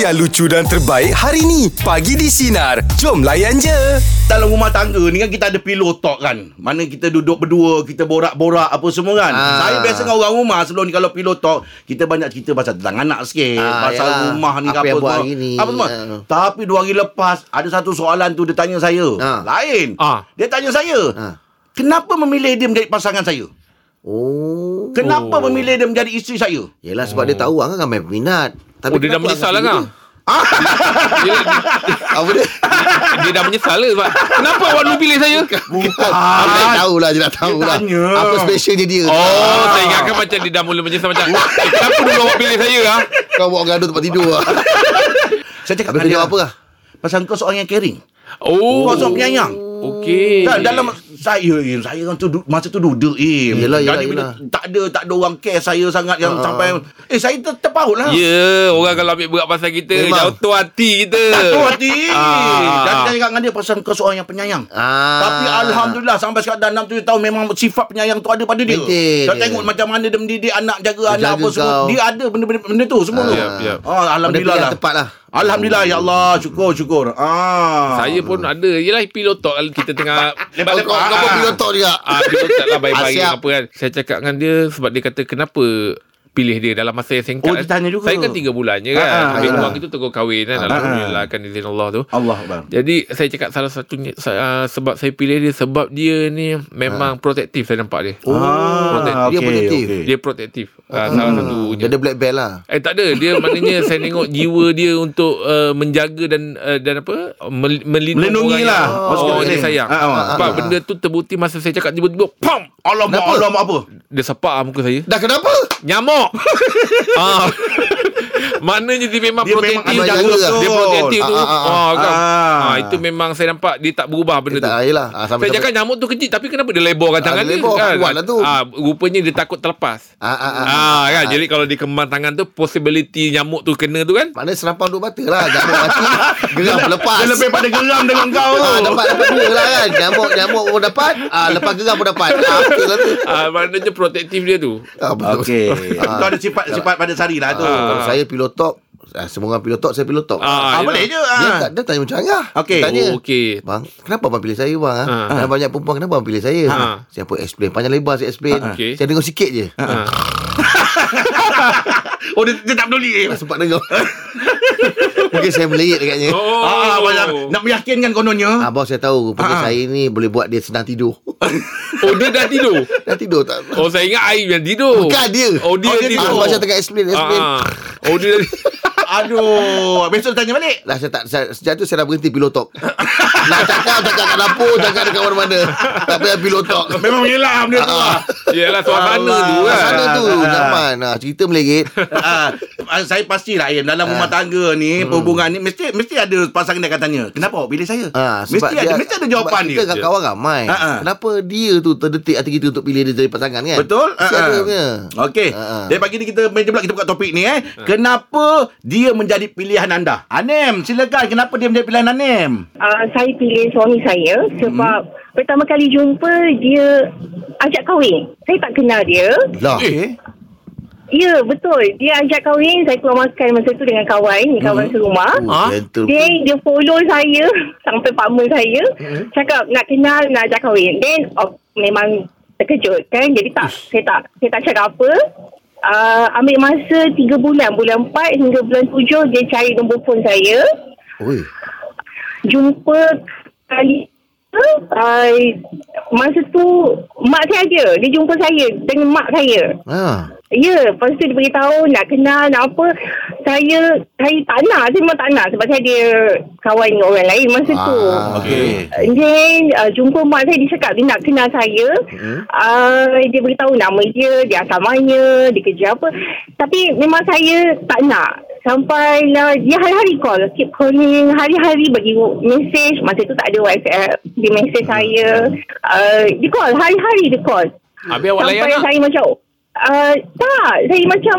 yang lucu dan terbaik hari ni. Pagi di Sinar. Jom layan je. dalam rumah tangga ni kan kita ada pillow talk kan. Mana kita duduk berdua, kita borak-borak apa semua kan. Ah. Saya biasa dengan orang rumah sebelum ni kalau pillow talk, kita banyak cerita pasal tentang anak sikit, Ah, pasal yalah. rumah ni ke Apa yang buat semua. hari ni. Apa semua. Ah. Tapi dua hari lepas ada satu soalan tu dia tanya saya. Ah. Lain. Ah. Dia tanya saya. Ah. Kenapa memilih dia menjadi pasangan saya? Oh. Kenapa Oh. memilih dia menjadi isteri saya? Yelah sebab dia tahu orang kan ramai peminat. Oh, dia dah kenapa menyesal lah orang kan? macam Dia, gitu? Apa dia? dia dah menyesal lah sebab Kenapa awak dulu pilih saya? Bukan. Dia tak tahulah, Ah. dia tak tahulah. tanya. Apa specialnya dia? Oh, saya ingatkan macam dia dah mula menyesal macam eh, Kenapa dulu awak pilih saya ah? Kau buat gaduh tempat tidur lah. Saya cakap Habis kau jawab apa lah? Pasal kau seorang yang caring. Oh. Kau seorang penyayang. Okey. Kan dalam saya Im, saya kan tu du- masa tu duduk Im. Yelah, yelah, Jadi bila yelah. tak ada tak ada orang care saya sangat yang Ah. sampai eh saya ter, terpaut lah. Ya, yeah, orang kalau ambil berat pasal kita, Memang. jauh tu hati kita. Tu Oh, hati. Ah. Dan saya cakap dengan dia pasal kau seorang yang penyayang. Ah. Tapi alhamdulillah sampai sekarang dah 6 7 tahun memang sifat penyayang tu ada pada dia. Maintain Saya dia. tengok macam mana dia mendidik anak, jaga Dia anak apa jaga semua. kau. Dia ada benda-benda benda tu semua tu. Ya, ya. Ah, alhamdulillah Benda lah. yang tepat lah. Alhamdulillah ya Allah, syukur syukur. Ah. Saya pun ada. Yelah, pillow talk kalau kita tengah... Kau, kau, kau pun Ah. pilot talk juga. Ah, dia tak lah baik-baik Asyap. apa kan. Saya cakap dengan dia sebab dia kata kenapa pilih dia dalam masa yang singkat. Oh, dia tanya juga. Saya kan tiga bulan je kan. Ah, ah, Habis ah. uang itu terus kahwin kan. Alhamdulillah kan izin Allah tu. Allah Akbar. Jadi saya cakap salah satu uh, sebab saya pilih dia sebab dia ni memang protektif saya nampak dia. Ah, okey, Dia Ah, positif. okey. Dia protektif. Uh, salah satunya. Dia ada black belt lah. Eh tak ada dia maknanya saya tengok jiwa dia untuk uh, menjaga dan uh, dan apa mel- melindungi, Melindungi orang lah. yang, Maksud oh, kat dia sini. sayang Ah, ah, sebab ah, benda tu terbukti masa saya cakap tiba-tiba pam Alamak, Kenapa? alamak apa? dia sepak lah muka saya Dah kenapa? Nyamuk ah. Maknanya dia memang Dia protektif memang ada dia, jaga tu. protektif tu Ah, ah, ah, ah. ah, kan? Ah. ah, Itu memang saya nampak Dia tak berubah benda tu Tak, yelah. Ah, Saya cakap nyamuk tu kecil Tapi kenapa dia lebarkan Ah, tangan dia lebar, kuat lah tu. ah, Rupanya dia takut terlepas Ah, ah, ah. Ah, kan? Jadi kalau dia kemar tangan tu Possibility nyamuk tu kena tu kan Maknanya senapang duk mata lah. Nyamuk mati, geram lepas. Dia lebih pada geram dengan kau. Ah, dapat dapat dua lah kan. Nyamuk nyamuk pun dapat. Ah, lepas geram pun dapat. Ah, betul lah tu. ah, Maknanya protektif dia tu Ah, betul. Okey. Ah. Kau ada sifat sifat pada sari lah tu. Ah. Kalau saya pilot top, ah, semua orang pilot top, saya pilot top. Ah, Ah, yelah. boleh je. ya. Dia, ah. tak, dia tanya macam Angah. Okey. Dia tanya, Oh, okey. Bang, kenapa abang pilih saya bang? Ha? Ah. Ha. Banyak perempuan kenapa abang pilih saya? Ah. Saya pun explain panjang lebar saya explain. Ah, okey. Saya dengar sikit je. Ha. ah. Oh dia, dia tak peduli. Tak sempat dengar. Mungkin saya melihat agaknya. Oh. Oh, Ah, banyak, nak meyakinkan kononnya. Abang saya tahu rupanya Ah. saya ni boleh buat dia senang tidur. oh dia dah tidur Dah tidur tak? Oh saya ingat air yang tidur Bukan dia. Oh dia, Oh, dia tidur Ah, Abang saya tengah explain, explain. Ah. Oh dia Aduh, besok tanya balik. Dah Lah, saya tak saya, Sejak tu saya dah berhenti pillow talk Nak cakap Cakap kat dapur Cakap dekat mana-mana Tak payah pillow talk Memang menyelam dia tu. ah. Yelah suasana Allah. tu kan Sana tu Ah. Zaman ah, Cerita melerit Ah, ah, saya pastilah Im dalam Ah. rumah tangga ni Hmm. perhubungan ni mesti mesti ada pasangan dia akan tanya kenapa awak pilih saya ah, mesti ada mesti ada jawapan sebab Kita dia kat kawan ramai Ah, ah. Kenapa dia tu Terdetik hati kita Untuk pilih dia jadi pasangan kan Betul? Mesti Ha, ada ha. punya Okey. Ha, ha. Dari pagi ni kita meja pula kita buka topik ni eh. Ah. Kenapa dia menjadi pilihan anda? Anem, silakan kenapa dia menjadi pilihan Anem? Uh, saya pilih suami saya sebab hmm. pertama kali jumpa dia ajak kahwin. Saya tak kenal dia. Lah Okey. Ya, betul. Dia ajak kahwin, saya keluar makan masa tu dengan kawan, ni kawan hmm. serumah. Ha? Oh, gentle Dia dia follow saya sampai partner saya hmm. cakap nak kenal nak ajak kahwin. Then oh, memang terkejut kan. Jadi tak saya tak saya tak cakap apa. Uh, ambil masa 3 bulan, bulan 4 hingga bulan 7 dia cari nombor phone saya Oi. jumpa kali uh, masa tu mak saya ada dia jumpa saya dengan mak saya Ha. ya lepas tu dia beritahu nak kenal nak apa saya saya tak nak saya memang tak nak sebab saya dia kawan dengan orang lain masa tu Ah, Okey. And Then uh, jumpa mak saya Dia cakap dia nak kenal saya hmm. uh, Dia beritahu nama dia Dia asamanya Dia kerja apa Tapi memang saya tak nak Sampailah Dia hari-hari call Keep calling Hari-hari bagi message Masa tu tak ada whatsapp Dia message saya uh, Dia call Hari-hari dia call Habis awak layan lah. Sampai tak? saya macam Uh, tak, saya macam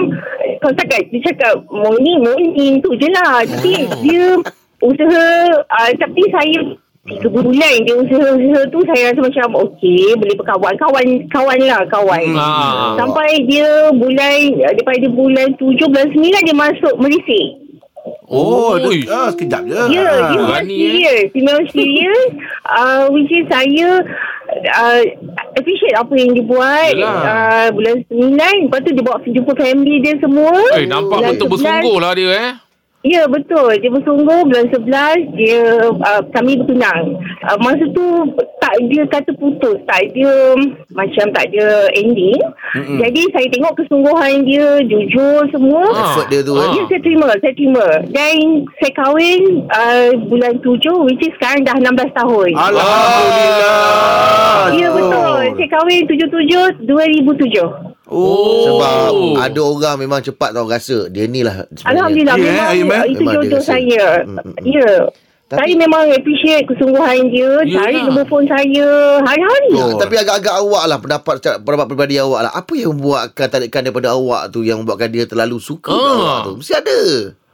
Kalau cakap, dia cakap Morning, morning tu je lah Tapi dia usaha uh, Tapi saya Tiga bulan kan, dia usaha-usaha tu Saya rasa macam Okey, boleh berkawan Kawan kawan lah, kawan Ah. Sampai dia bulan Daripada bulan tujuh, bulan sembilan Dia masuk lah, Malaysia Oh, oh Ui. ah, sekejap je. Ya, yeah, Ah. dia memang Berani, eh. serius. Dia memang serius. Uh, which is saya uh, appreciate apa yang dia buat. Yelah. Uh, bulan 9. Lepas tu dia bawa jumpa family dia semua. Eh, nampak Bulan betul 11. bersungguh lah dia eh. Ya, betul. Dia bersungguh bulan 11. Dia, uh, kami bertunang. Uh, masa tu tak dia kata putus. Tak dia macam tak dia ending. Mm-mm. Jadi saya tengok kesungguhan dia. Jujur semua. Ah. Effort dia tu Ah. eh. Ya, saya terima, saya terima. Dan saya kahwin uh, bulan tujuh, which is sekarang dah 16 tahun. Alhamdulillah. ya, betul. Saya kahwin tujuh-tujuh, 2007. Oh. Sebab Oh. ada orang memang cepat tau rasa dia ni lah sebenarnya. Alhamdulillah, Ya, memang eh, Aiman? itu Memang dia jodoh rasa. saya. Mm, mm, mm. Ya. Tapi- saya memang appreciate kesungguhan dia. Yelah. Tarik nombor phone saya hari-hari. Ya, tapi agak-agak awak lah pendapat pendapat pribadi awak lah. Apa yang membuatkan tarikan daripada awak tu yang membuatkan dia terlalu suka Oh. Ah. dengan awak tu? Mesti ada.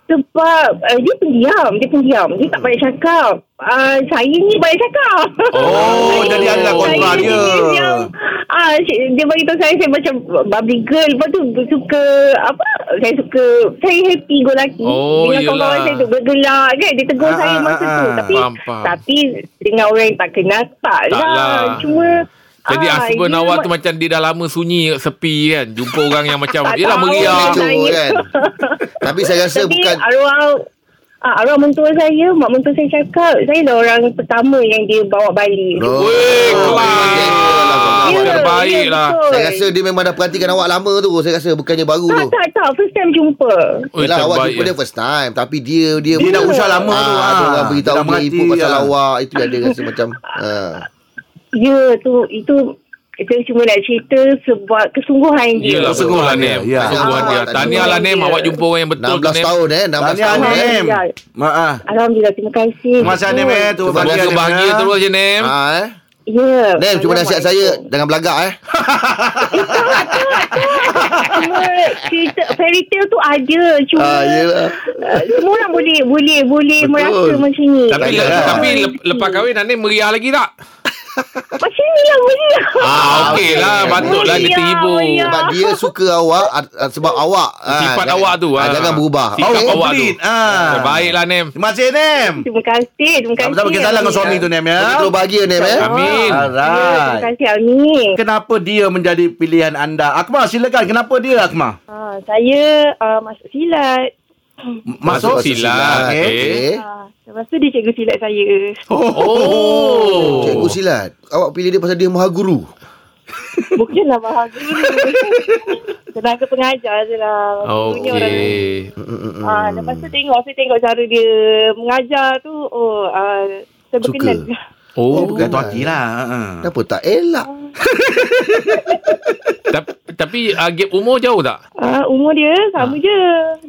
Sebab uh, dia pendiam, dia pendiam. Dia tak banyak cakap. Uh, saya ni banyak cakap. Oh, Saya- jadi adalah kontra saya dia. jenis yang, Ah, uh, dia bagi tahu saya saya macam bubbly girl. Lepas tu suka apa? Saya suka saya happy go lucky. Oh, dengan kawan-kawan yelah. saya tu bergelak kan. Dia tegur Ah, saya ah, masa ah, tu. ah. Tapi Faham, faham. tapi dengan orang yang tak kenal tak, Tak lah. lah. Cuma Jadi ah, husband dia awak ma- tu macam dia dah lama sunyi, sepi kan. Jumpa orang yang macam, Tak yelah tahu lah meriah. Eh, macam- Kecoh saya. kan. Tapi saya rasa Tapi bukan arwah ah, arwah mentua saya, mak mentua saya cakap, saya lah orang pertama yang dia bawa balik. No. Weh, Oh, kelas. memang gentle lah kawan-kawan. Ya. terbaik lah. betul. Saya rasa dia memang dah perhatikan awak lama tu. Saya rasa bukannya baru tak, tu. tak, tak. First time jumpa. Oi, Yelah awak terbaik, jumpa eh. dia first time Tapi dia Dia, Dia dah usaha lama Ah, tu, ah. Dia orang beritahu Dia dah dia mati, ibu pasal ah. awak Itu yang dia rasa macam ah. Ya, tu, itu saya cuma nak cerita sebab kesungguhan dia. Yelah, betul lah Nem. Ya. Kesungguhan dia. Ah, Tahniah lah Nem, awak jumpa orang yang betul 16 kan, Nem. tahun eh 16 Tahniah tahun eh Anem. Alhamdulillah. Maaf. Alhamdulillah, terima kasih. Terima kasih Anem eh. Terima Semoga kasih bahagia terus je Nem. ha, eh. Ya. Eh, Nem cuma nasihat saya Jangan belagak eh Cuma cerita fairy tale tu ada. Cuma Ah, yelah. ah, semua orang boleh boleh boleh Betul. merasa macam ni. Tapi, Yelah. Ya. le- tapi lep- lepas kahwin Anem meriah lagi tak? Macam ni lah meriah. Ah, okey lah. Patutlah dia Meriah, terhibur. meriah. Sebab dia suka awak ah, ah, Sebab awak ah, Sifat jangan- awak tu, ah, ah. Jangan berubah Sifat Okey. Oh, awak tu. Eh, lah. complete. Ah. Baiklah Nem. Terima kasih Anem. Terima kasih. Terima kasih. Sama-sama kita salam dengan Amin. suami tu Nem ya. Terus bahagia Nem eh Amin. Ya, Terima Alright. kasih Amin. Kenapa dia menjadi pilihan anda? Akmal silakan. Kenapa dia Akmal? Ah, saya uh, masuk silat. M- Masuk Masuk silat. silat. Okey. Okay. Okey. Ah, lepas tu dia cikgu silat saya. Oh. Cikgu silat Awak pilih dia pasal dia maha guru Bukanlah maha guru. Tenaga pengajar je lah. Maksudnya orang- Oh, Okey. Ah, lepas tu tengok, saya tengok cara dia mengajar tu. Oh, ah, saya Suka. berkenan. Oh. Bukan tu hati lah. ha. Kenapa tak elak Ta- Tapi uh, gap umur jauh tak? Ah, umur dia sama je.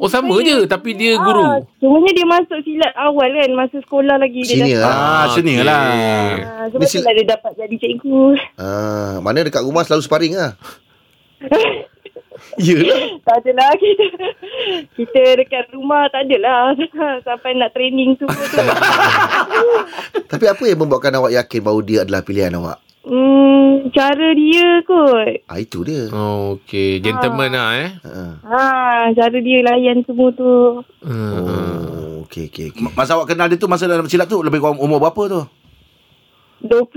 Oh sama je tapi dia Ah, guru. sebenarnya dia masuk silat awal kan. Masa sekolah lagi. Senior Dia lah Ah, sini okey. lah. dah, ah, Ni sebab sil- silat dia dapat jadi cikgu. Ah, mana dekat rumah selalu sparring ah. Tak adalah kita kita dekat rumah tak adalah sampai nak training semua tu. Tapi apa yang membuatkan awak yakin bahawa dia adalah pilihan awak? hmm, cara dia kot. Ah itu dia. Oh, Okey, gentleman lah eh. Ha. Ha, cara dia layan semua tu. Hmm. Oh, okey okey okey. M- Masa awak kenal dia tu masa dalam silat tu lebih kurang umur berapa tu? 23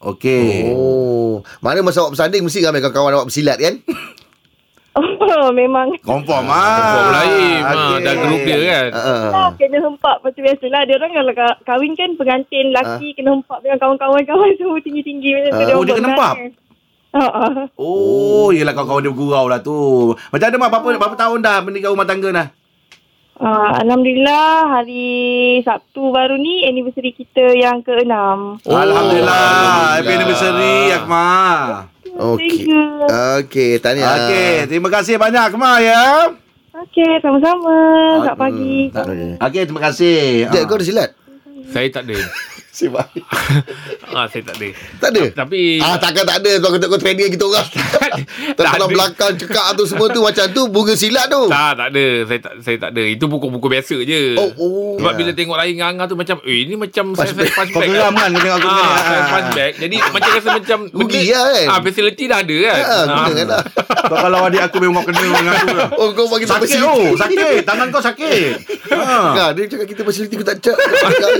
Okey. Oh, mana masa awak bersanding mesti ramai kawan-kawan awak bersilat kan? Oh, memang Confirm ah. Form lain ah, Okey. dah group dia kan. Ha. ah. lah, kena hempak macam biasalah. Dia orang kalau ka- kahwin kan pengantin lelaki kena hempak dengan kawan-kawan kawan semua tinggi-tinggi macam tu. Ah, oh, dia kena hempap? Ha. ah. Oh, yelah kawan-kawan dia bergurau lah tu. Macam ada mak, berapa, Hmm. berapa tahun dah menikah rumah tangga Oh, dah? Ah, Alhamdulillah hari Sabtu baru ni anniversary kita yang ke-6. Oh, Alhamdulillah. Happy Alhamdulillah. Ah. anniversary, Akmal. Thank Okey. you. Okey, Ya. tahniah. Okey, terima kasih banyak, Akmal ya. Okey, sama-sama. Selamat pagi. Okey. Okey, terima kasih. Jack, Ah. kau ada silat? Saya tak ada. Nasib baik. ah, saya tak ada. Tak ada. Tapi- ah takkan tak ada kau kata kau trainer kita orang. Tak Tertolong ada. belakang cekak tu semua tu macam tu bunga silat tu. ah, Tak, tak ada. Saya tak saya tak ada. Itu buku-buku biasa je. Oh, oh. Sebab Ya. bila tengok lain nganga tu macam, "Eh, ini macam saya saya Flashback. Kau flashback." geram kan Kau tengok aku Ah, ni. saya Ah. flashback. Jadi macam rasa macam Rugi benda- lah kan? Ah, facility dah ada kan. Ha, guna kan lah. Kau kalau adik aku memang kena dengan aku lah. Oh kau bagi tak Sakit bersih. oh, sakit. Tangan kau sakit. Ha. Ha, dia cakap kita facility aku tak cakap. Tak cakap.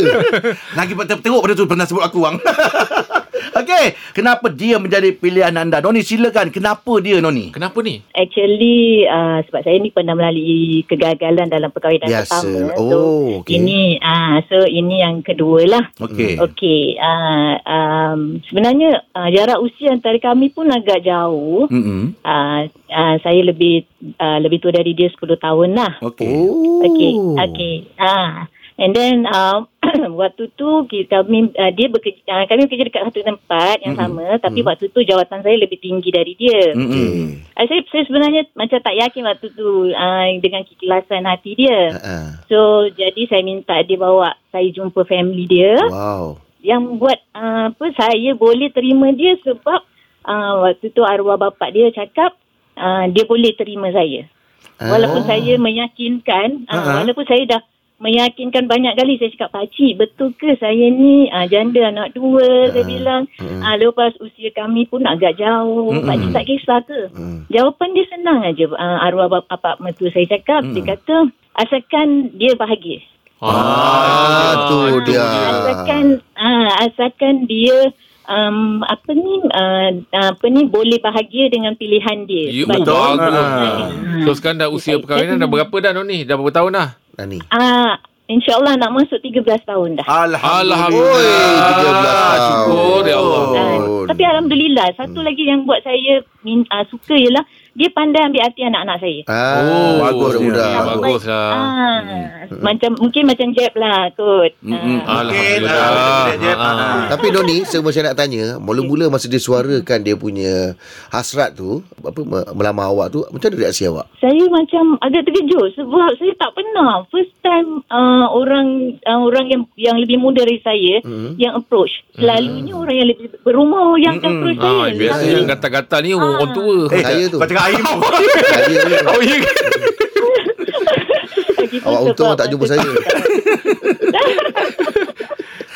Lagi ter- teruk pada tu pernah sebut aku bang. Okey, kenapa dia menjadi pilihan anda? Noni silakan. Kenapa dia Noni? Kenapa ni? Actually uh, sebab saya ni pernah melalui kegagalan dalam perkahwinan Biasa. pertama. Oh, so okey. ini ah uh, so ini yang kedua lah. Okey. Okey, uh, um, sebenarnya uh, jarak usia antara kami pun agak jauh. Hmm. Uh, uh, saya lebih uh, lebih tua dari dia 10 tahun lah. Okey. Oh. Okey, okey. Ah, and then um, waktu tu ki- kami uh, dia bekerja uh, kami bekerja dekat satu tempat yang sama tapi waktu tu jawatan saya lebih tinggi dari dia. Hmm. Ah, saya, saya sebenarnya macam tak yakin waktu tu uh, dengan keikhlasan hati dia. Ha. So jadi saya minta dia bawa saya jumpa family dia Wow. yang buat uh, apa saya boleh terima dia sebab uh, waktu tu arwah bapak dia cakap uh, dia boleh terima saya. Walaupun saya meyakinkan, uh, Ha-ha. walaupun saya dah meyakinkan banyak kali saya cakap pakcik betul ke saya ni uh, janda anak dua saya bilang uh, lepas usia kami pun agak jauh Mm-mm. pakcik tak kisah ke Hmm. Jawapan dia senang aja. Uh, arwah bap- apa mertua saya cakap, hmm. dia kata asalkan dia bahagia. Ah, tu dia. Ya. Asalkan uh, asalkan dia um, apa ni uh, apa ni boleh bahagia dengan pilihan dia. You Sebab Ya, betul. dia- Bagus. Ah. So sekarang dah usia perkahwinan dah berapa dah Noni? Dah berapa tahun dah? Nani. Ah, insyaallah nak masuk 13 tahun dah. Oi, Alhamdulillah. 13 tahun. Syukur ya Allah. Ah, tapi alhamdulillah satu lagi yang buat saya min, ah, suka ialah dia pandai ambil hati anak-anak saya. Ah, Oh, bagus dia. mudah. Ah, bagus lah. Ah, macam mungkin macam Jeb lah kot. Hmm, Mm-mm. Ah. Alhamdulillah. Ah. Tapi Doni, semua saya nak tanya, mula-mula masa dia suarakan dia punya hasrat tu, apa me- melamar awak tu, macam mana reaksi awak? Saya macam agak terkejut sebab saya tak pernah first time uh, orang uh, orang yang yang lebih muda dari saya Mm. yang approach. Selalunya Hmm. orang yang lebih berumur yang Mm-mm. approach Ah, saya. biasa Tapi- yang kata-kata ni oh, orang tua. Eh, Saya tu. Kau cakap air pun. Saya ni, Oh, ya. tapi tu awak untung sebab tak jumpa masa- saya.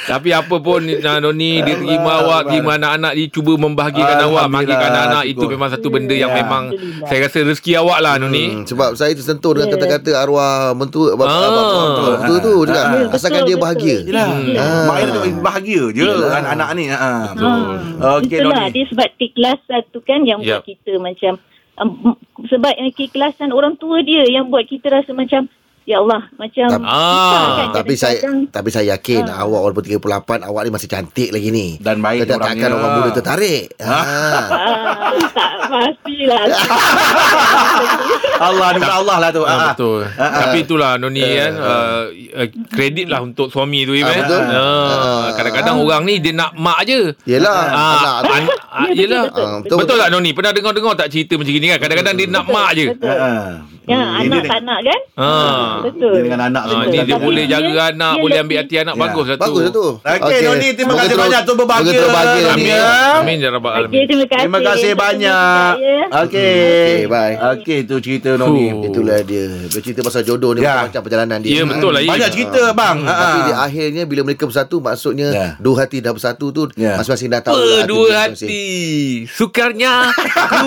Tapi apa pun nah, Noni dia terima awak, terima anak-anak dia cuba membahagiakan awak, bahagikan anak-anak itu syukur. memang satu benda yang Ya. memang saya rasa rezeki awak lah Noni. Hmm, sebab saya tersentuh dengan Ya. kata-kata arwah mentua bapa Ah. abang mentua tu dia Ya, cakap, betul, asalkan dia betul. bahagia. Yelah. Ah. Mak ayah tengok bahagia je anak-anak ni. Ha. So, Ah, Okey, Itulah Noni. dia sebab keikhlasan tu kan yang buat Yap. kita macam um, sebab yang keikhlasan orang tua dia yang buat kita rasa macam ya Allah macam Tapi- susah Ah, kan Tapi saya kadang-kadang. Ah. tapi saya yakin awak walaupun 38 awak ni masih cantik lagi ni. Dan baik Kita orangnya. takkan orang muda tertarik. Ha. Ah, tak lah." pastilah Allah, ni Allah lah tu. Ah, Ah, betul. Tapi itulah Noni kan uh, uh, kredit lah untuk suami tu Im, Ah, eh. betul. Ah, kadang-kadang orang ni dia nak mak je. Yelah, anak Ah, tu. an- ah, Ya, betul, yelah. betul. Ah, Betul, betul tak Noni? Pernah dengar-dengar tak cerita macam gini kan? Kadang-kadang dia nak mak je. Betul. Ah. Ya, Hmm, anak ini tak nak kan? Ha. Betul. Dia dengan anak Ah, tu. ni dia Tapi boleh dia- jaga anak, dia boleh lebih- ambil hati anak Ya. bagus lah tu. Bagus tu. Okey, Noni, terima Moga kasih terus- banyak tu berbahagia. moga terus bahagia, Noni, Noni. ya. Amin ya rabbal Okey, alamin. terima kasih. ya. Terima kasih Untuk banyak. jemput saya. Okey. Okey, bye. Okey, tu cerita Noni. Fuh. Itulah dia. Dia cerita pasal jodoh ni Ya. macam perjalanan dia. Hmm. Ya betul lah Im. Banyak cerita bang. Ha. Ah. Tapi dia akhirnya bila mereka bersatu maksudnya Ya. dua hati dah bersatu tu Ya. masing-masing dah tahu. lah Apa hati dua masing-masing. hati Sukarnya Ku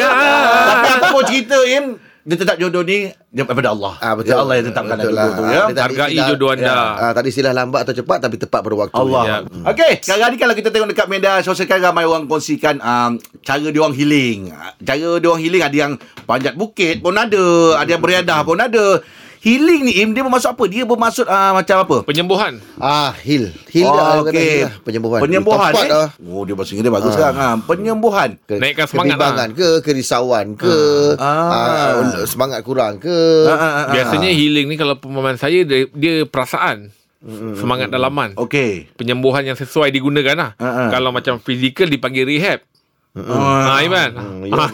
Tapi nafaskan apa pun cerita Im Dia tetap jodoh ni Dia daripada Allah Ah, betul. Dia Ya Allah yang tetapkan Betul jodoh lah. tu Ah, ya dia tak- Hargai jodoh anda Ah, tadi istilah lambat atau cepat tapi tepat pada waktu. Allah. Ya. Okey, sekarang ni kalau kita tengok dekat media sosial kan ramai orang kongsikan um, cara dia orang healing. Cara dia orang healing ada yang panjat bukit pun ada, ada yang beriadah pun ada. Healing ni Im dia bermaksud apa? Dia bermaksud uh, macam apa? Penyembuhan Ah, heal. Heal dah, Oh, okey. kata heal lah. Penyembuhan. Penyembuhan Tepat eh. dah. Oh, dia bahasa Inggeris dia bagus sekarang. Ha. Penyembuhan. Ke, Naikkan semangat Kebimbangan ke, kerisauan ke, lah. Ah. ah. semangat kurang ke. Ha, ha, ha, ha. Biasanya healing ni Kalau pemahaman saya Dia, dia perasaan Semangat dalaman Okey. Penyembuhan yang sesuai digunakan lah Oh. Ah, ah. Kalau macam fizikal Dipanggil rehab Ah, Ha Iman ya, Ah.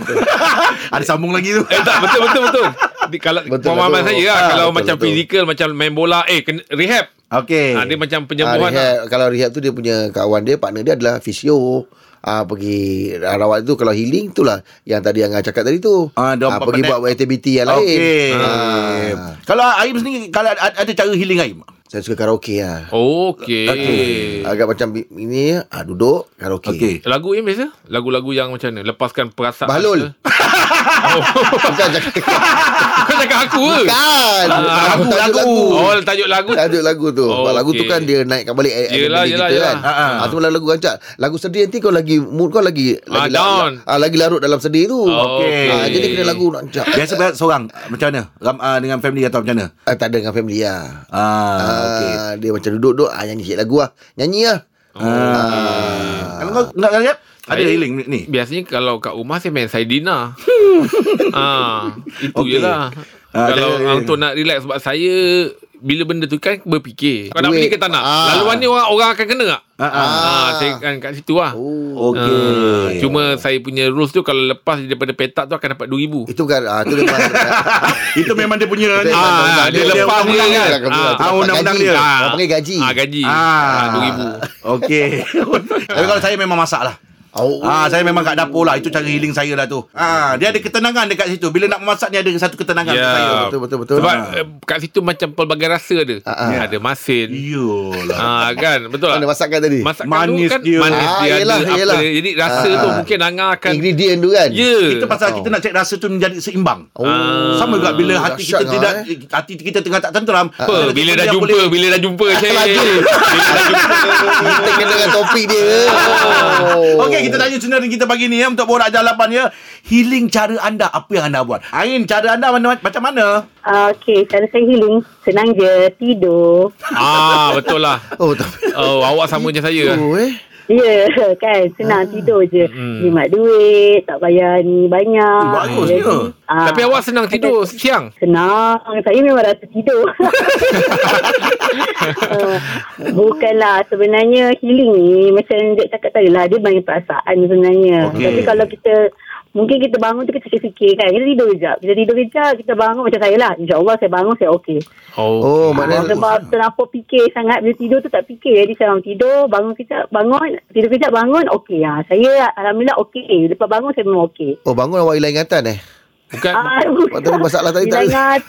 ada sambung lagi tu. Eh tak betul betul betul Di, Kalau Betul, pemahaman betul. saya lah Ah, Kalau betul, macam betul. fizikal Macam main bola Eh kena, rehab Ah, Okey. Ha, dia macam penyembuhan Ah, lah. rehab, Kalau rehab tu dia punya kawan dia, partner dia adalah fisio. Ah pergi ah, rawat tu kalau healing itulah yang tadi yang Angah cakap tadi tu. Ah, dia Ah, pergi connect. buat aktiviti yang lain. Okey. Ah. Kalau Aim sendiri kalau ada ada cara healing Aim. Saya suka karaoke lah. Okey. Agak macam bi- ini ah, duduk karaoke. Okey. Lagu Im biasa? Lagu-lagu yang macam mana? Lepaskan perasaan. Bahlul. Oh. Bukan cakap Kau cakap aku ke? kan. lagu, Tajuk lagu. Oh, tajuk lagu. Tajuk lagu tu. Oh, Sebab lagu tu okey. kan dia naikkan balik eh, Yelah, energy yelah, kita yelah. kan. Ha, ha. Ah, tu malah lagu rancak. Lagu sedih nanti kau lagi mood kau lagi Ah, lagi la- down. ah, lagi larut dalam sedih tu. Okey. Ah, jadi kena lagu rancak. Biasa berat seorang macam mana? Ram, ah, dengan family atau macam mana? Ah, tak ada dengan family lah. Ah, okey. Ah, Dia macam duduk-duduk ah, Nyanyi sikit lagu lah Nyanyi lah Ah. Kalau kau nak kena ada Saya- healing ni. Mm. Biasanya kalau kat rumah saya main Saidina. ha, itu okay. Okey. je lah. Ah, kalau jangan- orang tu nak relax sebab saya bila benda tu kan berfikir. Kau nak Duit. beli ke tak nak? Ah. Laluan ni orang, orang akan kena tak? Ah, ah. Ah, saya kan kat situ lah. oh. Ah, Okey. cuma saya punya rules tu kalau lepas daripada petak tu akan dapat RM2,000. Itu bukan ah, Itu memang itu memang dia punya ni. Betul. Ah, Ah, dia, dia lepas ni undang-undang kan. dia. Ah, Ah, undang-undang gaji. dia. Ah. Orang panggil gaji. Ah, gaji. Ah, Ah, RM2,000. Okey. Tapi kalau saya memang masak lah. oh. Ah, saya memang kat dapur lah. Itu cara healing saya lah tu. Ah, dia ada ketenangan dekat situ. Bila nak memasak ni ada satu ketenangan Ya. untuk saya. Betul betul betul Sebab Ah. eh, kat situ macam pelbagai rasa ada. Ah, ah. Ada masin. Ya. Yolah. Ah kan, betul Mana tak? masakan tadi Masakan Manis manis tu kan dia. dia. Ah, manis dia yelah, ada yelah. apa dia. Jadi rasa Ah, tu ah. mungkin Angah akan Ingredient tu kan Ya. Yeah. Itu pasal kita nak cek rasa tu menjadi seimbang. Oh. Sama juga bila hati kita Dahsyat lah, tidak eh. hati kita tengah tak tenteram. apa kalau bila kita dah dia jumpa, boleh- bila dah jumpa saya. laju. Kita kena dengan topik dia Oh. Okey, kita tanya sendiri kita pagi ni ya untuk borak jalapan ya. Healing cara anda apa yang anda buat? Ain, cara anda mana, macam mana? Uh, okay, cara saya healing. Senang je. Tidur. Ah, betul lah. Oh tapi Oh, awak sama je saya. Oh eh Ya, yeah, kan. Hmm. Senang tidur je. Hmm. Jimat duit. Tak bayar ni banyak. Eh, Bagus Jadi, je. ah, Tapi awak senang tidur siang. Senang. Saya memang rasa tidur. uh, bukanlah. Sebenarnya healing ni macam Jack cakap tadi lah. Dia banyak perasaan sebenarnya. Okey. Tapi kalau kita Mungkin kita bangun tu kita fikir-fikir kan. Kita tidur kejap. Kita tidur kejap. Kita bangun macam saya lah. InsyaAllah saya bangun saya okey. Oh. Oh Ah, maknanya sebab terlampau fikir sangat bila tidur tu tak fikir jadi saya orang tidur bangun kejap bangun tidur kejap bangun okey ah saya alhamdulillah okey lepas bangun saya memang okey Oh bangun awak hilang ingatan eh Bukan Tapi masalah tadi tak Ah, hilang ingat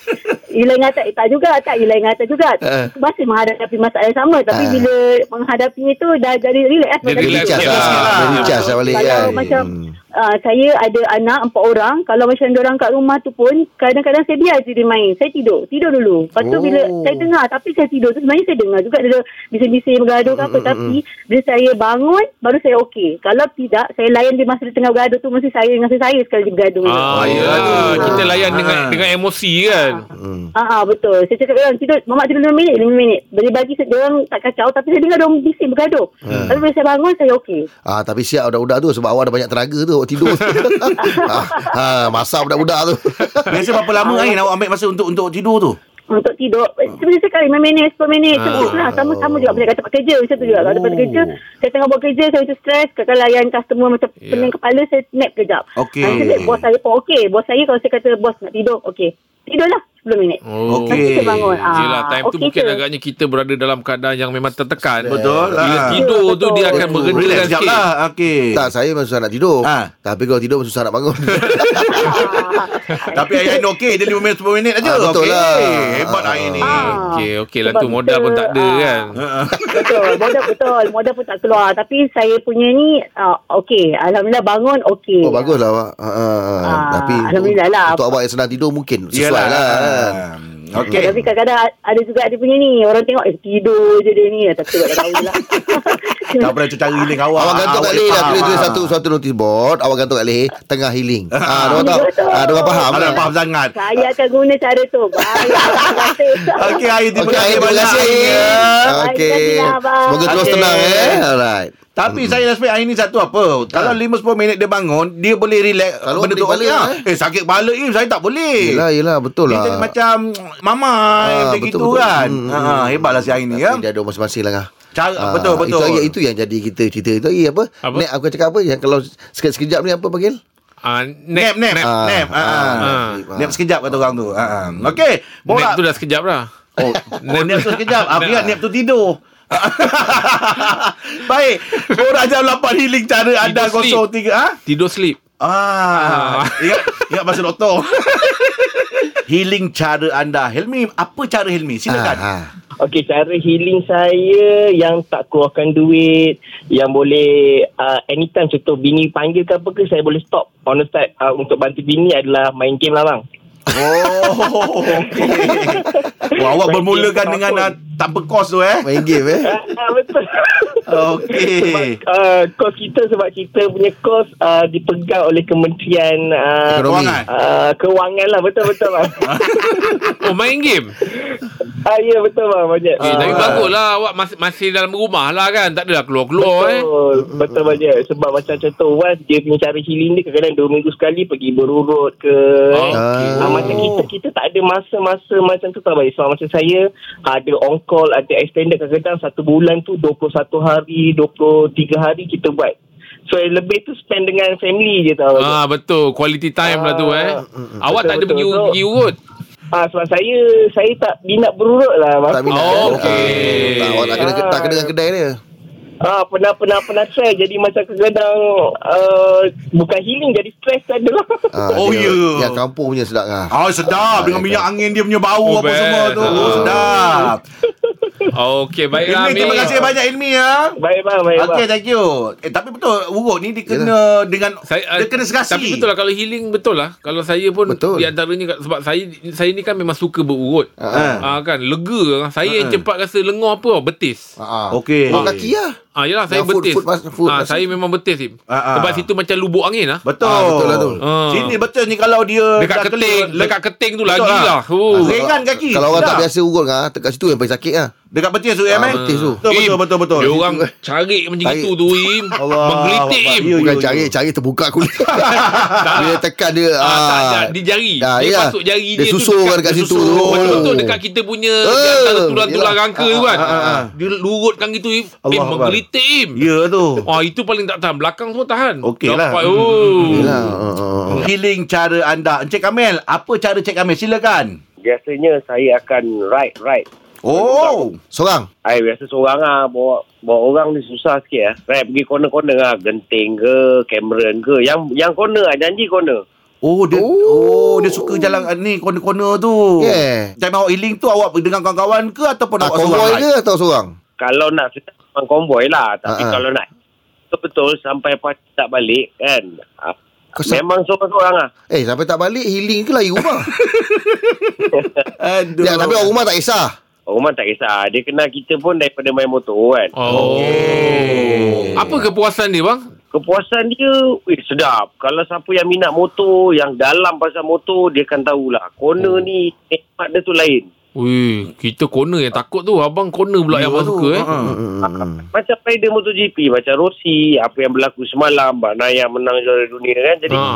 hilang ingatan eh, tak juga tak hilang ingatan juga Ah. masih menghadapi masalah yang sama tapi Ah. bila menghadapinya tu dah jadi relax lah Dia sebab dah relax Dicas sikit lah lah. Dia Dicas lah balik kalau kan macam Hmm. uh, saya ada anak empat orang kalau macam orang kat rumah tu pun kadang-kadang saya biar je dia main saya tidur tidur dulu lepas tu Oh. bila saya dengar tapi saya tidur tu sebenarnya saya dengar juga dia bising-bising bergaduh Hmm, ke apa tapi bila saya bangun baru saya okey kalau tidak saya layan dia masa dia tengah bergaduh tu mesti saya dengan saya sekali dia bergaduh Ah, ya. Kita layan Ah. dengan dengan emosi kan. Hmm. Ah, ah betul. Saya cakap dengan orang tidur, mamak tidur 5 minit, 5 minit. Bagi bagi saya dia orang tak kacau tapi saya dengar dia orang bising bergaduh. Hmm. Tapi bila saya bangun saya okey. Ah tapi siap budak-budak tu sebab awak ada banyak tenaga tu awak tidur. ah, ah, masak budak-budak tu. Biasa berapa lama Ain awak ambil masa untuk untuk tidur tu? Untuk tidur eh, Sebenarnya sekali 5 minit 10 minit Ah. Terus lah Sama-sama juga Bila kat tempat kerja Macam tu juga Kalau tempat Oh. kerja Saya tengah buat kerja Saya macam stres Kalau layan customer Macam Ya. pening kepala Saya nap kejap Okey. Ah, saya tengok Bos saya pun okey Bos saya kalau saya kata Bos nak tidur Okey Tidurlah 10 minit Oh. Okey. Nanti saya bangun Ah, Yelah, time tu okey mungkin je. agaknya kita berada dalam keadaan yang memang tertekan. Betul. Bila Ah. tidur tu Betul. dia akan Relax meredakan sekejap sikit. lah. Okey. tak saya memang susah nak tidur. Ah. Tapi kalau tidur susah nak bangun. Tapi Ain okey. Dia 5 minit 10 minit aja. Ah, betul Okey. lah. Hebat Ain ni. Ah. Okey, okey lah tu Sebab modal kita, pun tak ada ah, kan. Betul Modal betul Modal pun tak keluar Tapi saya punya ni ah, Okey Alhamdulillah bangun Okey Oh baguslah awak. Ah, ah, ah. Ah, tapi Alhamdulillah lah. untuk awak yang senang tidur mungkin sesuai Yelah. lah. Ah. Okay. Okey. Tapi kan- kadang-kadang ada juga dia punya ni. Orang tengok eh tidur je dia ni. Tapi tak tahu lah. Tak pernah tu cara healing awak. Awak gantung kat Awak leher dah faham. tulis tulis satu satu notice board, awak gantung kat leher tengah healing. Ah, dia orang tahu. Betul. Ah, dia orang faham. Awak dah faham sangat. Saya akan guna cara tu. Baik. Terima kasih. Okey Ain terima Okey, kasih terima banyak. kasih. Ain, ya. Okey. Baik, terima kasih, lah, abang. Semoga terus Okey. tenang eh. Alright. Tapi saya respect Ain ni satu apa Kalau 5-10 minit dia bangun Dia boleh relax Ah. Kalau Benda tu balik okey balik, lah eh. sakit kepala Im Saya tak boleh Yelah, yelah, betul Dia lah. jadi macam Mama Ah, Macam betul, gitu betul. kan Hmm, ha, Hebatlah si Ain ni ya. Tapi Dia ada masing-masing lah Ngah. Cara- Ah, betul, betul. Itu, itu yang jadi kita cerita itu lagi apa? Apa? Nek aku cakap apa? Yang kalau sekejap sekejap ni apa panggil? Ah, Nap nap nap. Nap ah, Ah, ah. ah. Nap sekejap kata orang tu ha, ah. Okey Nap Borak tu dah sekejap lah. dah. Oh, oh niat tu sekejap. Ah, ingat niat tu tidur. Baik. Orang jam 8 healing cara anda Tidur sleep. 03 ha? Tidur sleep. Ah. Ingat, ingat bahasa doktor. healing cara anda. Helmi, apa cara Helmi? Silakan. Ah, Okey, cara healing saya yang tak keluarkan duit, yang boleh uh, anytime contoh bini panggil ke apa ke saya boleh stop. On the side uh, untuk bantu bini adalah main game lah bang. Oh, okey. Wah, awak bermulakan dengan uh, tanpa kos tu eh. Main game eh. Ah, betul. Sebab Okey. uh, kos kita sebab kita punya kos uh, dipegang oleh Kementerian uh, Ekonomi. Kewangan. uh, kewangan lah betul-betul bang. Oh, main game. ah, ya betul bang banyak. Eh, Ah. tapi baguslah awak masih, masih dalam rumah lah kan. Tak adalah keluar-keluar eh. Betul, betul banyak. Sebab macam contoh Wan, dia punya cara healing dia kadang-kadang dua minggu sekali pergi berurut ke. Oh. Oh. Ah, macam kita kita tak ada masa-masa macam tu tak baik sebab macam saya ada on call ada extended kadang-kadang satu bulan tu 21 hari 23 hari kita buat so yang lebih tu spend dengan family je tau ah. Ah betul quality time lah tu eh. Awak Betul, tak ada betul, pergi betul. pergi urut. ah sebab saya saya tak minat berurut lah Tak minat. Oh, kan? okey. Ah, Tak, awak tak kena, tak kena dengan kedai dia. ah pernah pernah pernah try jadi macam kadang-kadang uh, bukan healing jadi stress adalah Ah, Oh, dia- ya. Yang kampung punya sedap ah. Ah, sedap dengan minyak angin dia punya bau Oh, apa semua best. tu. Oh, Ah. sedap. Okey baiklah. Ilmi, terima Amir. kasih banyak Ilmi ya. baik bang baik bang Okey, thank you. Eh, tapi betul urut ni dia kena dengan Saya, dia kena serasi. Tapi betul lah Kalau healing betul lah Kalau saya pun Betul. betul. Di antaranya Sebab saya Saya ni kan memang suka berurut Ah. ah, kan Lega Saya yang cepat rasa Lengar apa Betis Ah. Okey. Oh, kaki lah. Ah yalah saya Yang food- betis. food mas- food ah mas- saya memang betis Im. Ah, ah. Sebab situ macam lubuk angin ah. Betul. Ah, betul lah tu. Ah. Sini betul ni kalau dia Dekat dah keting, keliru- dekat keting tu Betul lagi lah. Oh. Ah, Ringan kaki. Kalau orang tak Sedap. biasa ugut ah, dekat situ yang paling sakit ah. Dekat petis tu ya, Ah, Mai. betis tu. Betul betul Im, betul betul. Dia orang cari macam Tarik. itu tu Im. Allah, Menggelitik Allah. Im. Ya, Bukan ya, cari, ya. cari terbuka kulit. Bila tekan dia Ah, tak, tak, ah. di jari. Ah, dia ya. masuk jari Dia dia, tu susur kan dekat dia situ. susur. Oh. Betul-betul dekat kita punya Eh, di antara tulang-tulang yelah. rangka tu kan. Ah, ah, ah. Dia lurutkan gitu Im. Allah Im Akbar. menggelitik Im. Ya tu. Wah, itu paling tak tahan. Belakang semua tahan. Okey lah. Dapat, Oh. Yalah. ah, ah, ah. Healing cara anda. Encik Kamil, apa cara Encik Kamil? Silakan. Biasanya saya akan ride ride. Oh. Seorang. Saya biasa seorang ah bawa bawa orang ni susah sikit ah. Ride pergi corner-corner ah, genting ke, Cameron ke, yang yang corner ah, janji corner. Oh dia oh, dia suka jalan ah, ni corner-corner tu. Yeah. Time awak healing tu awak dengan kawan-kawan ke ataupun Ah, awak seorang? konvoi ride? ke atau seorang? Kalau nak sedap memang konvoy lah, tapi Ha, ha. kalau nak betul-betul sampai parti tak balik kan. ah, Kau sa- Memang seorang-seorang ah. Eh, sampai tak balik healing ke lagi rumah. Aduh. Ya, tapi orang rumah tak kisah. Orang tak kisah. Dia kenal kita pun daripada main motor kan. Oh. Apa kepuasan dia bang? Kepuasan dia, eh sedap. Kalau siapa yang minat motor, yang dalam pasal motor, dia akan tahulah. Corner ni, nikmat dia tu lain. Wih, kita corner yang takut tu. Abang corner pula Ya yang abang suka eh. Ah, Hmm. Hmm, Macam rider MotoGP, macam Rossi, apa yang berlaku semalam, Mbak Naya menang juara dunia kan. Jadi, Ha.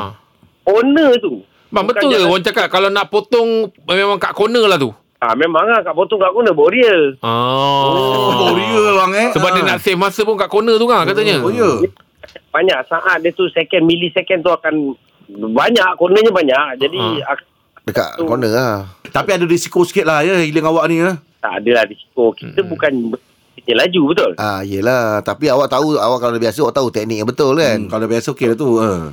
corner tu. Bang Bukan betul ke jalan- orang cakap kalau nak potong memang kat corner lah tu. Ah, memang lah, kat potong kat corner, bawa real. Oh, Oh. Korea bang eh. Sebab dia Ah. nak save masa pun kat corner tu kan katanya. Oh ya. Banyak saat dia tu, second, millisecond tu akan banyak, cornernya banyak. Jadi, Ha. ak- Dekat Tu. corner lah. Tapi ada risiko sikit lah ya healing awak ni ya. tak adalah risiko. Kita Hmm. bukan kita laju, betul? Ah, yelah. Tapi awak tahu, awak kalau biasa, awak tahu teknik yang betul Kan kan? Hmm. kalau biasa okey lah tu. ah.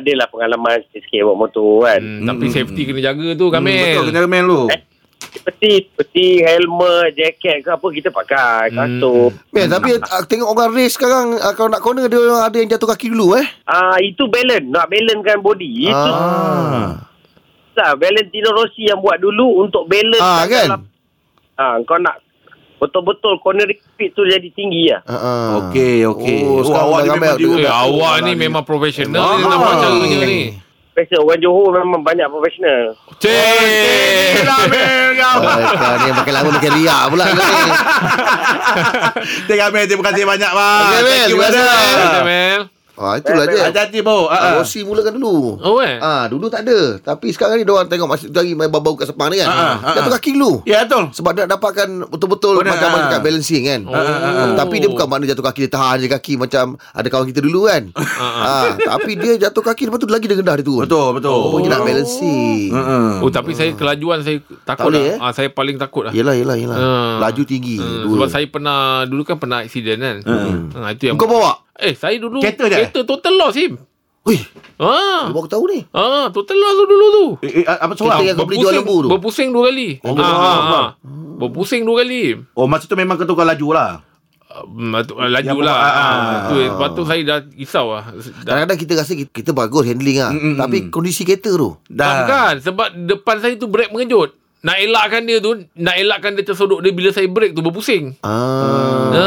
Adalah pengalaman sikit-sikit buat motor kan. Hmm, tapi safety kena jaga tu Kamil. Hmm, Betul kena main lu. Eh, Peti, peti, helmet, jaket ke apa kita Hmm. pakai. Kasut. Man, tapi ah, tengok orang race sekarang, ah, kalau nak corner, dia orang ada yang jatuh kaki dulu eh. Ah itu balance, nak balance kan body. Itu Ah. lah Valentino Rossi yang buat dulu untuk balance Ah, kan? ah kau nak betul-betul corner speed tu jadi tinggi lah. Ah, ah. Okey okey. Oh, sekarang awak ni dah memang ramai dia Eh, dah- awak ni memang profesional Ah. ah. nampak caranya ni. Profesor orang Johor memang banyak profesional. Cik. Ah, kau ni makin lama makin riak pula kan? kau ni. Terima kasih terima kasih banyak bang. Okey, Mel, Thank you terima brother. kasih, Kamil. Ah, itulah je. Hati-hati po. Ah, Ah, ah. Rossi mulakan dulu. Oh, eh? Ah, dulu tak ada. Tapi sekarang ni dia orang tengok masjid tu hari main bau kat Sepang ni kan. Ah, ah, ah, dia tukar kaki dulu. Ya, betul. Sebab dia nak dapatkan betul-betul Benar, macam ah. mana cakap balancing kan. Oh. Tapi dia bukan makna jatuh kaki dia tahan je kaki macam ada kawan kita dulu kan. ah, tapi dia jatuh kaki lepas tu lagi dia gendah dia turun. Betul, Ah, betul. Ah. Oh, dia nak balancing. Mm-mm. Oh tapi saya kelajuan saya takut boleh, lah. eh? Ah saya paling takut Ya, lah. Yelah, yelah, yelah. Ah. Laju tinggi. Hmm, dua. sebab saya pernah dulu kan pernah aksiden kan. Hmm. Ha, itu yang Kau bawa? Eh saya dulu Kereta je? kereta total loss him. Wih, Ha. baru aku tahu ni. Ha, total loss tu dulu tu. Eh, eh, apa seorang? Kita yang- kau beli jual lembu tu? Berpusing dua kali. Oh, Ah, ah, Allah. ah. Berpusing dua kali. Oh, masa tu memang kau tukar laju lah. Um, laju Yang lah. bawa- Ah, ah. tu, eh. Lepas tu saya dah risau lah. Dah, Kadang-kadang kita rasa kita, kita bagus handling lah. Mm, mm, Tapi mm. kondisi kereta tu. dah. Dah. Bukan. Sebab depan saya tu brake mengejut. Nak elakkan dia tu, nak elakkan dia tersodok dia bila saya brake tu berpusing. Ah. Ha.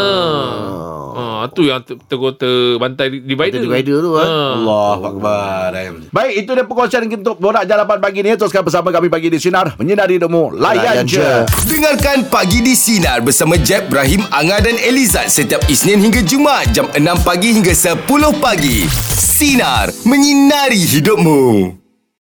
Ha, tu yang ter- terkau terbantai divider. Kita divider tu kan. Ah. Allah Akbar Baik itu dia perkongsian kita untuk Borak Jalapan pagi ni Teruskan bersama kami pagi di Sinar Menyinari Demo Layan, Layan je. je. Dengarkan Pagi di Sinar bersama Jeb, Ibrahim, Anga dan Elizad setiap Isnin hingga Jumaat jam 6 pagi hingga 10 pagi. Sinar. Menyinari hidupmu.